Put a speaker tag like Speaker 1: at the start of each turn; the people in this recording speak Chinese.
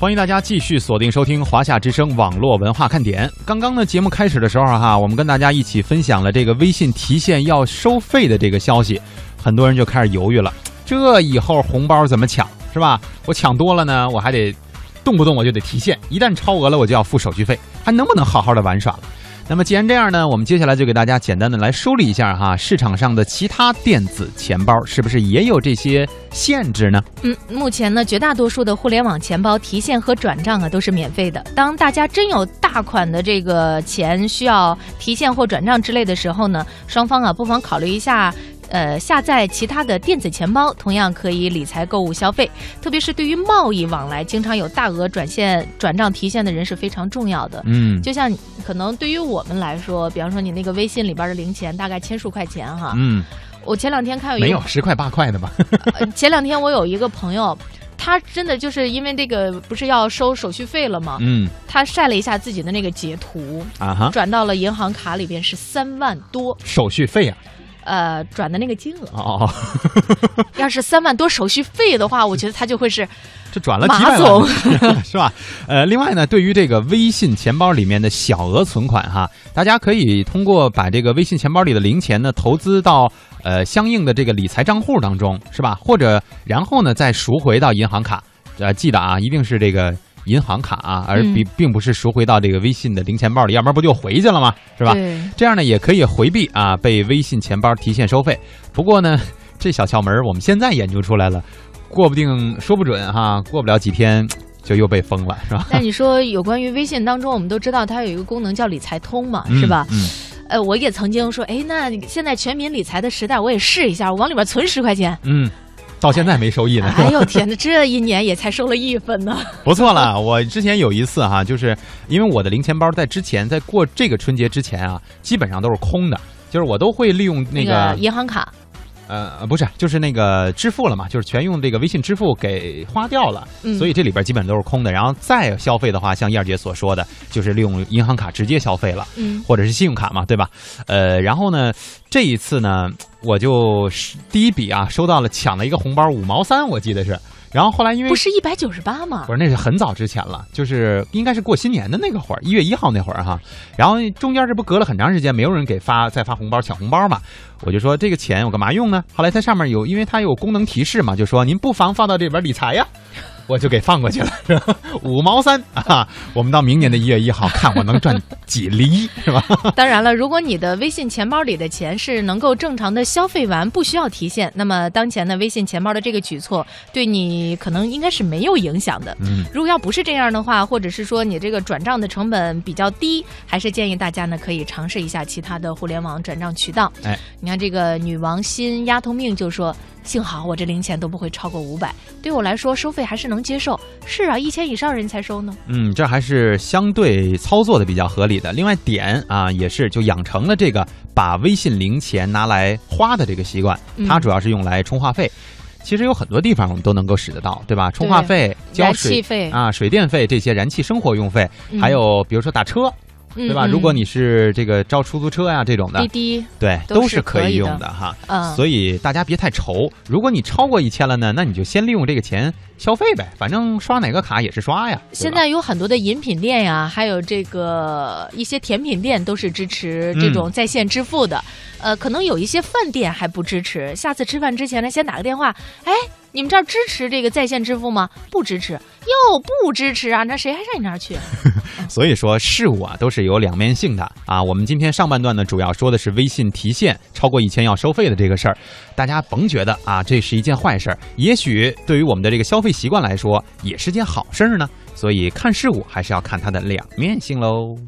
Speaker 1: 欢迎大家继续锁定收听华夏之声网络文化看点。刚刚呢，节目开始的时候哈、我们跟大家一起分享了这个微信提现要收费的这个消息，很多人就开始犹豫了，这以后红包怎么抢是吧？我抢多了呢，我还得动不动我就得提现，一旦超额了我就要付手续费，还能不能好好的玩耍了？那么既然这样呢，我们接下来就给大家简单的来梳理一下哈、市场上的其他电子钱包是不是也有这些限制呢？
Speaker 2: 嗯，目前呢，绝大多数的互联网钱包提现和转账啊都是免费的。当大家真有大款的这个钱需要提现或转账之类的时候呢，双方啊不妨考虑一下。呃，下载其他的电子钱包，同样可以理财、购物、消费，特别是对于贸易往来经常有大额转现、转账提现的人是非常重要的。
Speaker 1: 嗯
Speaker 2: 就像你可能对于我们来说，比方说你那个微信里边的零钱，大概千数块钱哈。
Speaker 1: 嗯，
Speaker 2: 我前两天看有一个
Speaker 1: 没有十块八块的吧？
Speaker 2: 呃前两天我有一个朋友，他真的就是因为这个不是要收手续费了吗？
Speaker 1: 嗯
Speaker 2: 他晒了一下自己的那个截图，
Speaker 1: 啊哈，
Speaker 2: 转到了银行卡里边是三万多，
Speaker 1: 手续费啊，
Speaker 2: 呃，转的那个金额，
Speaker 1: 哦 哦，
Speaker 2: 要是三万多手续费的话，我觉得他就会是
Speaker 1: 这转了几百
Speaker 2: 马
Speaker 1: 万， 是吧？呃，另外呢，对于这个微信钱包里面的小额存款哈，大家可以通过把这个微信钱包里的零钱呢投资到呃相应的这个理财账户当中，是吧？或者然后呢再赎回到银行卡，呃，记得啊，一定是这个。银行卡啊，而
Speaker 2: 嗯
Speaker 1: 并并不是赎回到这个微信的零钱包里，要不然不就回去了吗？是吧？
Speaker 2: 对，
Speaker 1: 这样呢也可以回避啊被微信钱包提现收费。不过呢， 这小窍门儿我们现在研究出来了，过不定说不准哈，过不了几天就又被封了，是吧？
Speaker 2: 但你说有关于微信当中，我们都知道它有一个功能叫理财通嘛，是吧？
Speaker 1: 嗯？
Speaker 2: 呃，我也曾经说，哎，那现在全民理财的时代，我也试一下，我往里边存十块钱。
Speaker 1: 嗯嗯，到现在没收益呢，是吧
Speaker 2: 哎呦天哪，这一年也才收了一分呢。
Speaker 1: 不错了，我之前有一次哈、就是因为我的零钱包在之前，在过这个春节之前啊，基本上都是空的，就是我都会利用那个
Speaker 2: 银行卡，
Speaker 1: 呃，不是，就是那个支付了嘛，就是全用这个微信支付给花掉了，
Speaker 2: 嗯
Speaker 1: 所以这里边基本都是空的。然后再消费的话，像燕儿姐所说的，就是利用银行卡直接消费了，
Speaker 2: 嗯，
Speaker 1: 或者是信用卡嘛，对吧？呃，然后呢，这一次呢，我就是第一笔啊，收到了抢了一个红包，五毛三，我记得是。然后后来因为
Speaker 2: 不是一百九十八吗
Speaker 1: 不？是，那是很早之前了，就是应该是过新年的那个会儿，一月一号那会儿哈。然后中间这不隔了很长时间，没有人给发再发红包抢红包嘛，我就说这个钱我干嘛用呢？后来它上面有，因为它有功能提示嘛，就说您不妨放到这边理财呀。我就给放过去了，五毛三啊！我们到明年的一月一号看我能赚几厘，是吧？
Speaker 2: 当然了，如果你的微信钱包里的钱是能够正常的消费完，不需要提现，那么当前的微信钱包的这个举措对你可能应该是没有影响的。
Speaker 1: 嗯，
Speaker 2: 如果要不是这样的话，或者是说你这个转账的成本比较低，还是建议大家呢可以尝试一下其他的互联网转账渠道。
Speaker 1: 哎，
Speaker 2: 你看这个女王心丫头命就说。幸好我这零钱都不会超过五百，对我来说收费还是能接受。是啊，一千以上人才收呢。
Speaker 1: 嗯，这还是相对操作的比较合理的。另外点啊，也是就养成了这个把微信零钱拿来花的这个习惯，
Speaker 2: 嗯
Speaker 1: 它主要是用来充话费。其实有很多地方我们都能够使得到，对吧？充话费、交
Speaker 2: 燃
Speaker 1: 水
Speaker 2: 气费，
Speaker 1: 啊、水电费这些燃气生活用费，
Speaker 2: 嗯
Speaker 1: 还有比如说打车，对吧？
Speaker 2: 嗯嗯
Speaker 1: 如果你是这个招出租车呀、这种的
Speaker 2: 滴，滴，
Speaker 1: 对，
Speaker 2: 都
Speaker 1: 都
Speaker 2: 是
Speaker 1: 是
Speaker 2: 可
Speaker 1: 可以
Speaker 2: 以的
Speaker 1: 用的哈。
Speaker 2: 嗯，
Speaker 1: 所以大家别太愁，如果你超过一千了呢，那你就先利用这个钱消费呗，反正刷哪个卡也是刷呀。对吧
Speaker 2: 现在有很多的饮品店呀、还有这个一些甜品店都是支持这
Speaker 1: 嗯
Speaker 2: 种在线支付的。呃，可能有一些饭店还不支持。下次吃饭之前呢，先打个电话，哎，你们这儿支持这个在线支付吗？不支持，又不支持啊！那谁还上你那儿去？
Speaker 1: 所以说，事物啊都是有两面性的啊。我们今天上半段呢，主要说的是微信提现超过一千要收费的这个事儿，大家甭觉得啊这是一件坏事儿，也许对于我们的这个消费习惯来说，也是件好事儿呢。所以看事物还是要看它的两面性喽。